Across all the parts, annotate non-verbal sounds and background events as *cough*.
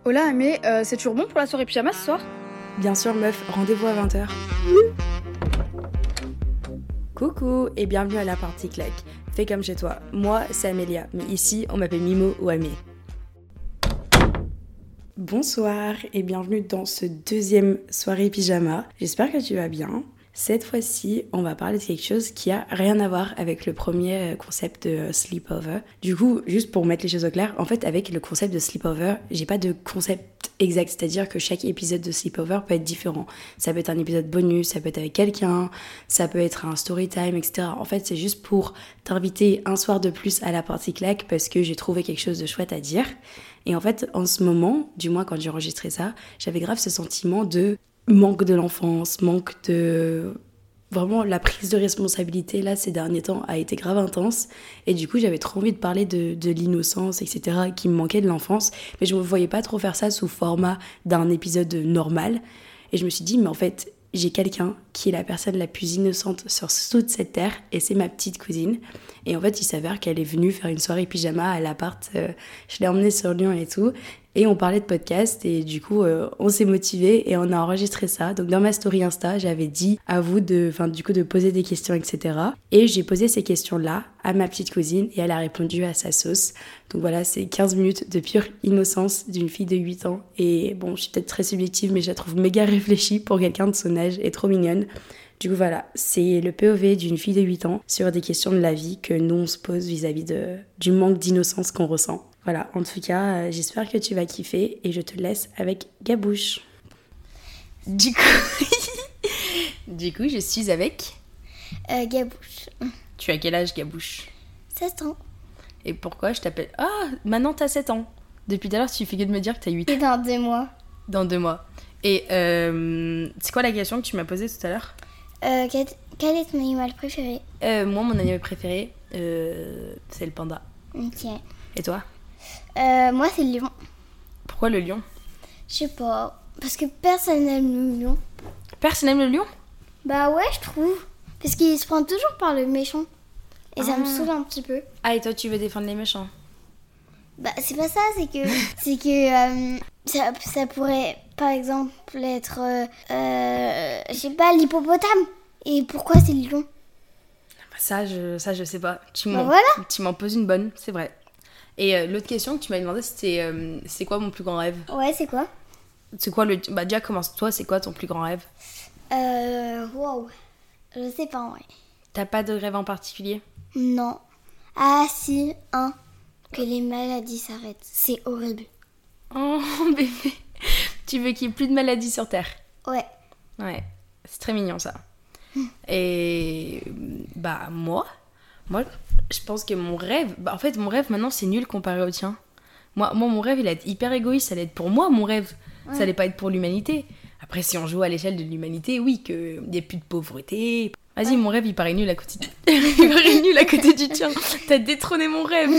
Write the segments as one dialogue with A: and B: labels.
A: Nicolas, mais euh, c'est toujours bon pour la soirée pyjama ce soir
B: Bien sûr, meuf, rendez-vous à 20h. Coucou et bienvenue à la partie claque. Fais comme chez toi. Moi, c'est Amélia, mais ici, on m'appelle Mimo ou Amé. Bonsoir et bienvenue dans ce deuxième soirée pyjama. J'espère que tu vas bien. Cette fois-ci, on va parler de quelque chose qui a rien à voir avec le premier concept de sleepover. Du coup, juste pour mettre les choses au clair, en fait, avec le concept de sleepover, j'ai pas de concept exact, c'est-à-dire que chaque épisode de sleepover peut être différent. Ça peut être un épisode bonus, ça peut être avec quelqu'un, ça peut être un story time, etc. En fait, c'est juste pour t'inviter un soir de plus à la partie claque parce que j'ai trouvé quelque chose de chouette à dire. Et en fait, en ce moment, du moins quand j'ai enregistré ça, j'avais grave ce sentiment de manque de l'enfance, manque de... Vraiment, la prise de responsabilité, là, ces derniers temps, a été grave intense. Et du coup, j'avais trop envie de parler de, de l'innocence, etc., qui me manquait de l'enfance. Mais je ne me voyais pas trop faire ça sous format d'un épisode normal. Et je me suis dit, mais en fait, j'ai quelqu'un qui est la personne la plus innocente sur toute cette terre, et c'est ma petite cousine. Et en fait, il s'avère qu'elle est venue faire une soirée pyjama à l'appart. euh, je l'ai emmenée sur Lyon et tout. Et on parlait de podcast et du coup, euh, on s'est motivé et on a enregistré ça. Donc dans ma story Insta, j'avais dit à vous de, enfin du coup, de poser des questions, etc. Et j'ai posé ces questions-là à ma petite cousine et elle a répondu à sa sauce. Donc voilà, c'est 15 minutes de pure innocence d'une fille de 8 ans. Et bon, je suis peut-être très subjective, mais je la trouve méga réfléchie pour quelqu'un de son âge et trop mignonne. Du coup, voilà, c'est le POV d'une fille de 8 ans sur des questions de la vie que nous, on se pose vis-à-vis de, du manque d'innocence qu'on ressent. Voilà, en tout cas, euh, j'espère que tu vas kiffer et je te laisse avec Gabouche. Du coup, *laughs* du coup, je suis avec.
C: Euh, Gabouche.
B: Tu as quel âge, Gabouche
C: 16 ans.
B: Et pourquoi je t'appelle Ah, maintenant t'as 7 ans. Depuis tout à l'heure, tu fais que de me dire que t'as 8
C: Et dans deux mois.
B: dans deux mois. Et euh, c'est quoi la question que tu m'as posée tout à l'heure
C: Euh, quel, quel est ton animal préféré
B: Euh, Moi, mon animal préféré, euh, c'est le panda.
C: Ok.
B: Et toi
C: Euh, moi, c'est le lion.
B: Pourquoi le lion
C: Je sais pas. Parce que personne n'aime le lion.
B: Personne n'aime le lion
C: Bah ouais, je trouve. Parce qu'il se prend toujours par le méchant. Et ça me
B: Ah.
C: saoule un petit peu.
B: Ah, et toi, tu veux défendre les méchants
C: Bah, c'est pas ça, c'est que. c'est que. euh, ça, ça pourrait, par exemple, être. euh, euh, je sais pas, l'hippopotame. Et pourquoi c'est le lion
B: Bah, ça je, ça, je sais pas. Tu
C: Bah
B: m'en
C: voilà.
B: tu m'en poses une bonne, c'est vrai. Et euh, l'autre question que tu m'as demandé, c'était euh, c'est quoi mon plus grand rêve
C: Ouais, c'est quoi
B: C'est quoi le. Bah, déjà, commence toi, c'est quoi ton plus grand rêve
C: Euh. Wow. Je sais pas, ouais.
B: T'as pas de rêve en particulier
C: Non. Ah si, un. Que les maladies s'arrêtent. C'est horrible.
B: Oh, *laughs* bébé Tu veux qu'il y ait plus de maladies sur Terre
C: Ouais.
B: Ouais, c'est très mignon ça. Et bah moi, moi je pense que mon rêve, bah, en fait mon rêve maintenant c'est nul comparé au tien. Moi, moi mon rêve il allait être hyper égoïste, ça allait être pour moi mon rêve, ça allait pas être pour l'humanité. Après si on joue à l'échelle de l'humanité, oui que n'y ait plus de pauvreté. Vas-y mon rêve il paraît nul à côté, du- *laughs* il paraît nul à côté du tien. T'as détrôné mon rêve.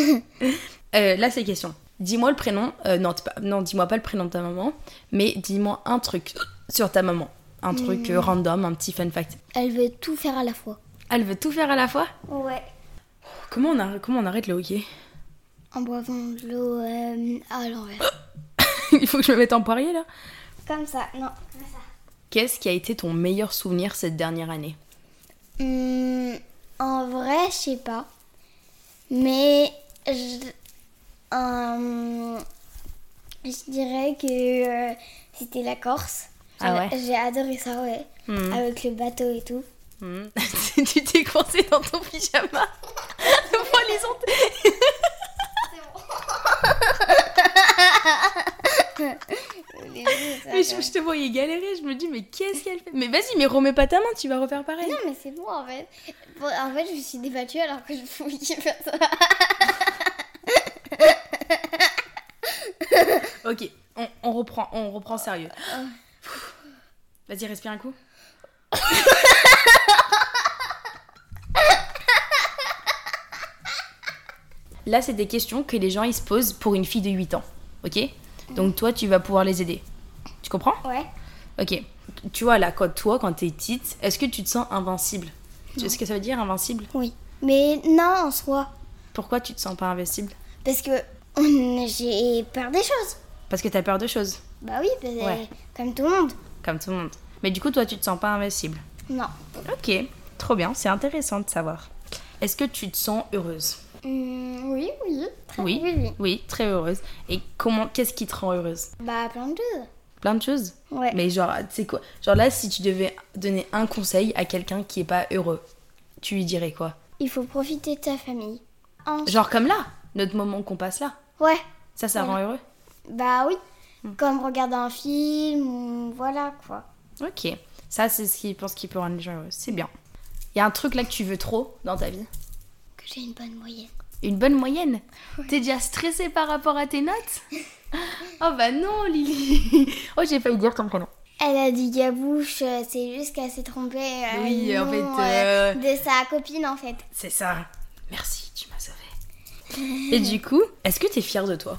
B: Euh, là c'est question. Dis-moi le prénom, euh, non, t'es pas- non dis-moi pas le prénom de ta maman, mais dis-moi un truc sur ta maman. Un truc euh, random, un petit fun fact.
C: Elle veut tout faire à la fois.
B: Elle veut tout faire à la fois
C: Ouais.
B: Comment on, arr- comment on arrête le hockey
C: En boivant de l'eau euh, à l'envers.
B: *laughs* Il faut que je me mette en poirier là.
C: *coughs* Comme ça, non, comme ça.
B: Qu'est-ce qui a été ton meilleur souvenir cette dernière année
C: Hum, en vrai, je sais pas. Mais je, hum, je dirais que euh, c'était la Corse.
B: Ah
C: J'ai- J'ai adoré ça, ouais.
B: Mhm.
C: Avec le bateau et *laughs* tout.
B: hmm. *laughs* Tu t'es coincé dans ton pyjama *laughs* Vois les ondes.
C: Ah
B: Mais je, je te voyais galérer, je me dis mais qu'est-ce qu'elle fait Mais vas-y, mais remets pas ta main, tu vas refaire pareil.
C: Non, mais c'est bon en fait. Bon, en fait, je me suis débattue alors que je pouvais faire ça.
B: Ok, on, on reprend, on reprend sérieux. Vas-y, respire un coup. Là, c'est des questions que les gens ils se posent pour une fille de 8 ans. Ok Donc toi, tu vas pouvoir les aider. Tu comprends
C: Ouais.
B: Ok. Tu vois, là, quand toi, quand t'es petite, est-ce que tu te sens invincible Tu sais ce que ça veut dire, invincible
C: Oui. Mais non, en soi.
B: Pourquoi tu te sens pas invincible
C: Parce que on- j'ai peur des choses.
B: Parce que t'as peur de choses,
C: Bah oui, bah,
B: Ouais.
C: comme tout le monde.
B: comme tout le monde. Mais du coup, toi, tu te sens pas invincible.
C: Non.
B: Ok, trop bien, c'est intéressant de savoir. Est-ce que tu te sens heureuse
C: Hum, oui, oui. Très-
B: Oui.
C: oui, oui.
B: Oui, très heureuse. Et comment, qu'est-ce qui te rend heureuse
C: Bah plein de choses.
B: Plein de choses.
C: Ouais.
B: Mais genre, tu sais quoi Genre là, si tu devais donner un conseil à quelqu'un qui est pas heureux, tu lui dirais quoi
C: Il faut profiter de sa famille. En-
B: Genre comme là, notre moment qu'on passe là.
C: Ouais.
B: Ça, ça rend heureux
C: Bah oui. Comme regarder un film ou voilà quoi.
B: Ok. Ça, c'est ce qui je pense qui peut rendre les gens heureux. C'est bien. Il y a un truc là que tu veux trop dans ta vie
C: Que j'ai une bonne moyenne.
B: Une bonne moyenne T'es déjà stressée par rapport à tes notes *laughs* Oh bah non, Lily Oh, j'ai failli dire ton prénom.
C: Elle a dit gabouche, euh, c'est juste qu'elle s'est trompée. euh,
B: Oui,
C: le
B: en fait,
C: nom,
B: euh,
C: de sa copine en fait.
B: C'est ça. Merci, tu m'as sauvée. Et du coup, est-ce que t'es fière de toi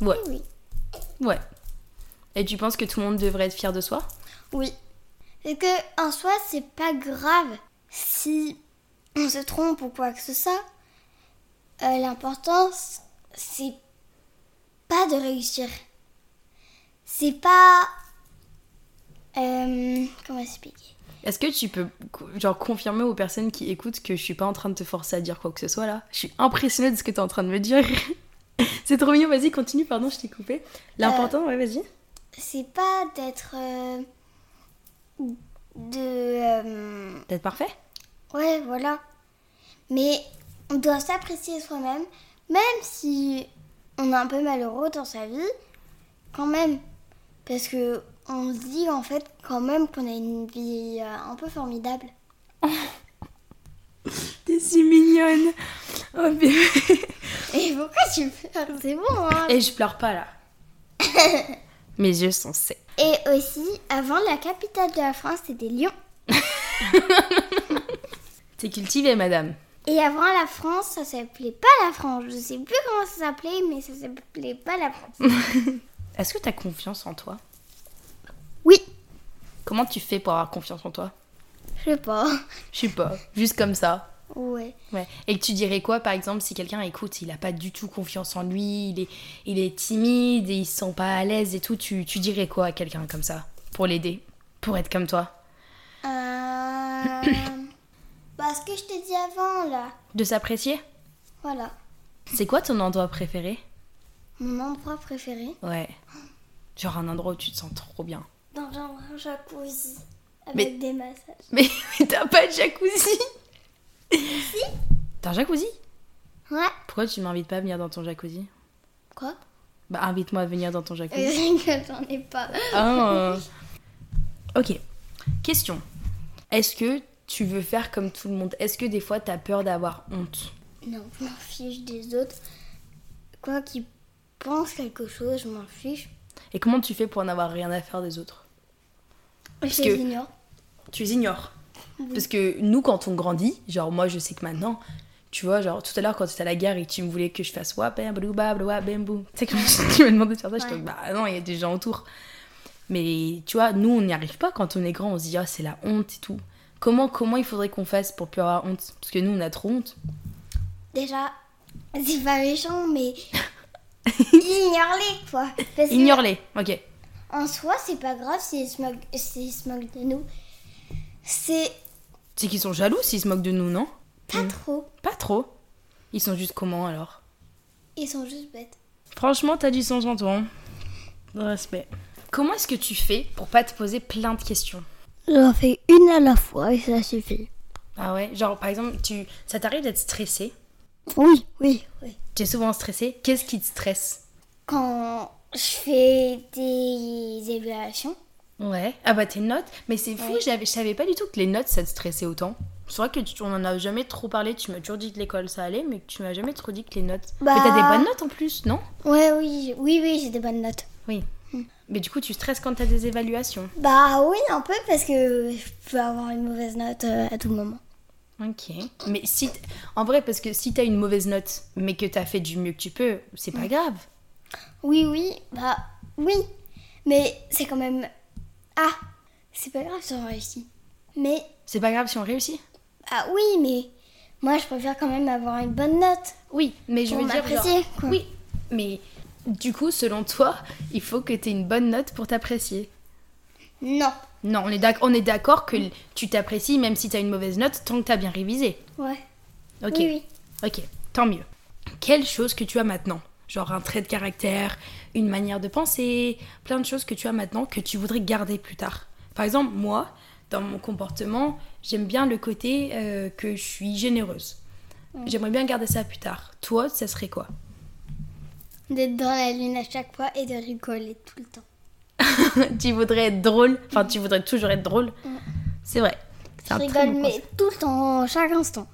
B: Ouais.
C: Oui.
B: Ouais. Et tu penses que tout le monde devrait être fier de soi
C: Oui. Et que en soi, c'est pas grave si on se trompe ou quoi que ce soit. Euh, L'important, c- c'est pas de réussir. C'est pas. euh, comment expliquer
B: Est-ce que tu peux co- genre confirmer aux personnes qui écoutent que je suis pas en train de te forcer à dire quoi que ce soit là Je suis impressionnée de ce que tu es en train de me dire. *laughs* C'est trop mignon, vas-y, continue, pardon, je t'ai coupé.
D: Euh.
B: L'important, ouais, vas-y.
C: C'est pas d'être. euh, de. euh,
B: D'être parfait
C: Ouais, voilà. Mais on doit s'apprécier soi-même, même si on est un peu malheureux dans sa vie, quand même. Parce que on se dit en fait quand même qu'on a une vie euh, un peu formidable. *laughs*
D: T'es si mignonne. Oh, bébé.
C: Et pourquoi tu pleures C'est bon, hein
B: *laughs* Et je pleure
D: *laughs*
B: pas là. Mes yeux sont secs.
C: Et aussi, avant, la capitale de la France, c'était Lyon.
B: T'es cultivée, madame.
C: Et avant la France, ça s'appelait pas la France. Je sais plus comment ça s'appelait, mais ça s'appelait pas la France.
B: Est-ce que t'as confiance en toi
C: Oui,
B: Comment tu fais pour avoir confiance en toi
C: je sais pas.
B: Je sais pas, juste comme ça.
C: Ouais.
B: Ouais. Et que tu dirais quoi, par exemple, si quelqu'un écoute, il a pas du tout confiance en lui, il est, il est timide et il se sent pas à l'aise et tout, tu, tu dirais quoi à quelqu'un comme ça pour l'aider, pour être comme toi
C: Euh... *coughs* bah, ce que je t'ai dit avant, là.
B: De s'apprécier
C: Voilà.
B: C'est quoi ton endroit préféré
C: Mon endroit préféré.
B: Ouais. Genre un endroit où tu te sens trop bien. *laughs*
C: Dans un jacuzzi. Avec
B: Mais-
C: des massages.
B: Mais, mais t'as pas de jacuzzi Si T'as un jacuzzi
C: Ouais.
B: Pourquoi tu m'invites pas à venir dans ton jacuzzi
C: Quoi
B: Bah invite-moi à venir dans ton
C: Je
B: jacuzzi.
C: rigole, j'en ai pas.
B: Ah. Ok. Question. Est-ce que tu veux faire comme tout le monde Est-ce que des fois t'as peur d'avoir honte
C: Non, je m'en fiche des autres. Quoi qu'ils pensent quelque chose, je m'en fiche.
B: Et comment tu fais pour n'avoir rien à faire des autres
C: Je
B: que-
C: les ignore.
B: Tu les ignores. Parce que nous, quand on grandit, genre moi je sais que maintenant, tu vois, genre tout à l'heure quand tu à la gare et que tu me voulais que je fasse wapem, blou, ba, blou, wa, bem, boum. Tu sais, quand tu m'as demandé de faire ça, je *laughs* te
C: Ouais.
B: dis bah non, il y a des gens autour. Mais tu vois, nous on n'y arrive pas quand on est grand, on se dit ah c'est la honte et tout. Comment, comment il faudrait qu'on fasse pour plus avoir honte Parce que nous on a trop honte.
C: Déjà, c'est pas méchant, mais.
B: *laughs*
C: Ignore-les, quoi. Parce que
B: Ignore-les, ok.
C: En soi, c'est pas grave s'ils se moquent s'ils se moquent de nous. C'est
B: C'est qu'ils sont jaloux s'ils se moquent de nous, non
C: pas trop.
B: Pas trop. Ils sont juste comment alors
C: Ils sont juste bêtes.
B: Franchement, t'as du sens en toi. hein. Respect. Comment est-ce que tu fais pour pas te poser plein de questions
C: J'en fais une à la fois et ça suffit.
B: Ah ouais Genre, par exemple, tu... ça t'arrive d'être stressé
C: Oui, oui, oui.
B: Tu es souvent stressé Qu'est-ce qui te stresse
C: Quand je fais des évaluations,
B: Ouais. Ah bah, tes notes. Mais c'est fou, j'avais- je savais pas du tout que les notes, ça te stressait autant. C'est vrai que tu... on en a jamais trop parlé. Tu m'as toujours dit que l'école, ça allait, mais tu m'as jamais trop dit que les notes.
C: Bah.
B: Mais t'as des bonnes notes en plus, non
C: ouais, oui, j'ai- oui, oui, j'ai des bonnes notes.
B: Oui. Mais du coup, tu stresses quand t'as des évaluations.
C: Bah oui, un peu parce que je peux avoir une mauvaise note euh, à tout moment.
B: Ok. Mais si. t- En vrai, parce que si t'as une mauvaise note, mais que t'as fait du mieux que tu peux, c'est pas grave.
C: Oui, oui, bah oui. Mais c'est quand même. Ah, c'est pas grave si on réussit. Mais
B: C'est pas grave si on réussit.
C: Ah oui, mais moi je préfère quand même avoir une bonne note
B: Oui, mais je
C: pour
B: veux dire. genre-
C: m'apprécier. quoi.
B: Oui, mais Du coup, selon toi, il faut que tu aies une bonne note pour t'apprécier.
C: Non.
B: Non, on est d'ac- on est d'accord que l- tu t'apprécies même si tu as une mauvaise note tant que tu as bien révisé.
C: Ouais.
B: Ok.
C: Oui, oui.
B: Ok, tant mieux. Quelle chose que tu as maintenant Genre un trait de caractère, une manière de penser, plein de choses que tu as maintenant que tu voudrais garder plus tard. Par exemple, moi, dans mon comportement, j'aime bien le côté euh, que je suis généreuse. J'aimerais bien garder ça plus tard. Toi, ça serait quoi
C: D'être dans la lune à chaque fois et de rigoler tout le temps.
B: *laughs* Tu voudrais être drôle, enfin tu voudrais toujours être drôle. Mm. C'est vrai. C'est
C: Je
B: un très
C: rigole,
B: bon
C: mais
B: concept.
C: tout le temps, chaque instant.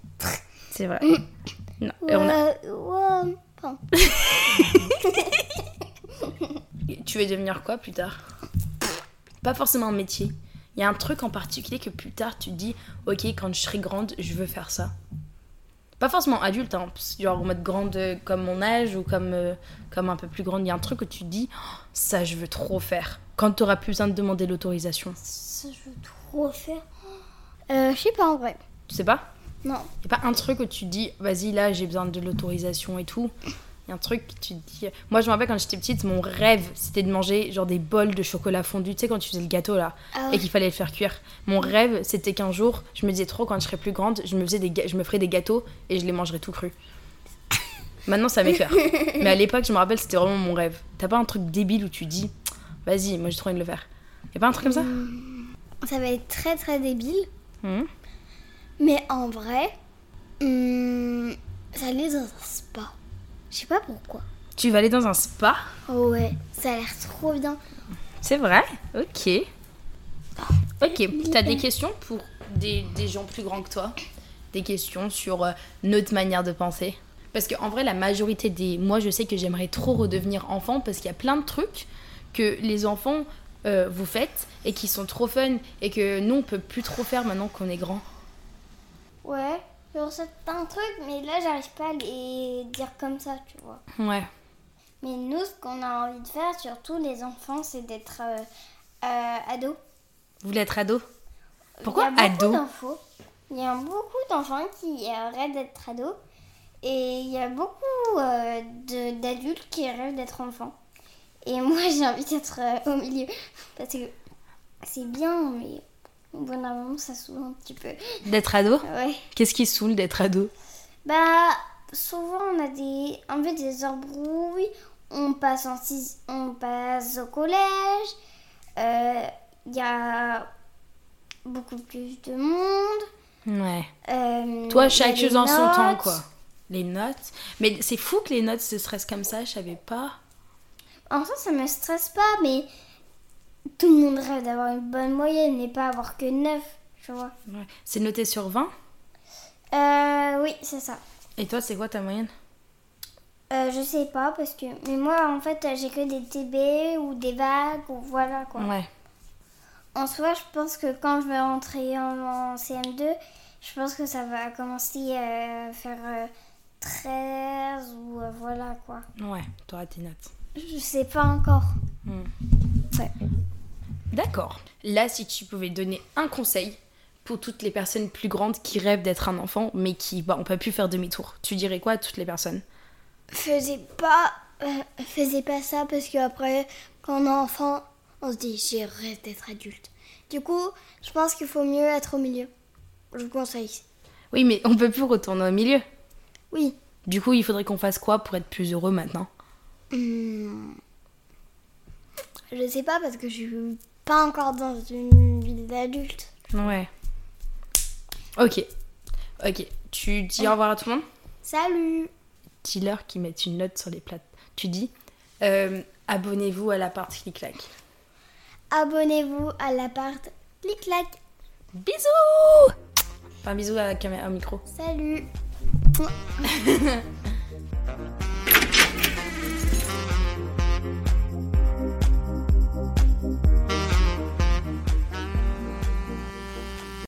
B: C'est vrai. Non, et on a-
C: Ouais, ouais, pardon.
B: Tu veux devenir quoi plus tard Pas forcément un métier. Il y a un truc en particulier que plus tard tu te dis, ok, quand je serai grande, je veux faire ça. Pas forcément adulte, hein, parce que genre en mode grande euh, comme mon âge ou comme, euh, comme un peu plus grande. Il y a un truc que tu te dis, Oh, ça je veux trop faire. Quand tu auras plus besoin de demander l'autorisation.
C: Ça, je veux trop faire. Euh, je sais pas en vrai.
B: Tu sais pas
C: Non.
B: Il a pas un truc où tu te dis, vas-y, là, j'ai besoin de l'autorisation et tout. Il y a un truc que tu te dis. euh, Moi, je me rappelle quand j'étais petite, mon rêve, c'était de manger genre des bols de chocolat fondu. Tu sais, quand tu faisais le gâteau là,
C: Ah
B: et qu'il fallait le faire cuire. Mon rêve, c'était qu'un jour, je me disais trop, quand je serais plus grande, je me, faisais des ga- je me ferais des gâteaux et je les mangerais tout crus. Maintenant, ça m'écœure. Mais à l'époque, je me rappelle, c'était vraiment mon rêve. T'as pas un truc débile où tu dis, vas-y, moi, j'ai trop envie de le faire. Y a pas un truc comme ça
C: Ça va être très très débile.
B: Hmm.
C: Mais en vrai, hum, ça l'est dans un spa. Je sais pas pourquoi. Oh
B: Tu vas aller dans un spa
C: Ouais, ça a l'air trop bien.
B: C'est vrai Ok. Ok, t'as des questions pour des, des gens plus grands que toi Des questions sur euh, notre manière de penser Parce qu'en vrai, la majorité des... Moi, je sais que j'aimerais trop redevenir enfant parce qu'il y a plein de trucs que les enfants euh, vous faites et qui sont trop fun et que nous, on peut plus trop faire maintenant qu'on est grand.
C: Ouais, genre certains trucs, mais là j'arrive pas à les dire comme ça, tu vois.
B: Ouais.
C: Mais nous, ce qu'on a envie de faire, surtout les enfants, c'est d'être euh, euh, ados.
B: Vous voulez être ado Pourquoi
C: Il y a beaucoup
B: ado
C: d'infos. Il y a beaucoup d'enfants qui arrêtent d'être ados. Et il y a beaucoup euh, de- d'adultes qui rêvent d'être enfants. Et moi, *laughs* j'ai envie d'être euh, au milieu. Parce que c'est bien, mais au bout d'un moment, ça saoule un petit peu.
B: D'être ado
C: Ouais.
B: Qu'est-ce qui saoule d'être ado
C: Bah, souvent, on a des, un peu des embrouilles. On passe, en six- on passe au collège. Euh, Il y a beaucoup plus de monde.
B: Ouais.
C: Euh,
B: Toi,
C: il y a
B: chaque
C: les
B: chose en son temps,
C: notes.
B: quoi. Les notes. Mais c'est fou que les notes se stressent comme ça, je savais pas.
C: En soi, ça me stresse pas, mais tout le monde rêve d'avoir une bonne moyenne et pas avoir que 9, tu vois.
B: Ouais. C'est noté sur 20.
C: Euh, oui, c'est ça.
B: Et toi, c'est quoi ta moyenne
C: Euh, je sais pas, parce que. Mais moi, en fait, j'ai que des TB ou des vagues, ou voilà quoi.
B: Ouais.
C: En soi, je pense que quand je vais rentrer en, en CM2, je pense que ça va commencer à faire euh, 13 ou euh, voilà quoi.
B: Ouais, t'auras tes notes.
C: Je sais pas encore.
B: D'accord. Là, si tu pouvais donner un conseil pour toutes les personnes plus grandes qui rêvent d'être un enfant, mais qui, bah, on peut plus faire demi-tour. Tu dirais quoi à toutes les personnes
C: faisais pas euh, faisais pas ça parce que après quand on est enfant on se dit j'ai rêve d'être adulte du coup je pense qu'il faut mieux être au milieu je vous conseille
B: Oui, mais on peut plus retourner au milieu.
C: oui
B: Du coup, il faudrait qu'on fasse quoi pour être plus heureux maintenant
C: Hmm. je sais pas parce que je suis pas encore dans une vie d'adulte
B: Ouais. Ok. Ok. Tu dis au revoir à tout le monde
C: salut
B: dealers qui mettent une note sur les plates. Tu dis euh, abonnez-vous à la partie clic-clac.
C: abonnez-vous à l'appart clic clac
B: Bisous Enfin, bisous à la caméra, au micro.
C: salut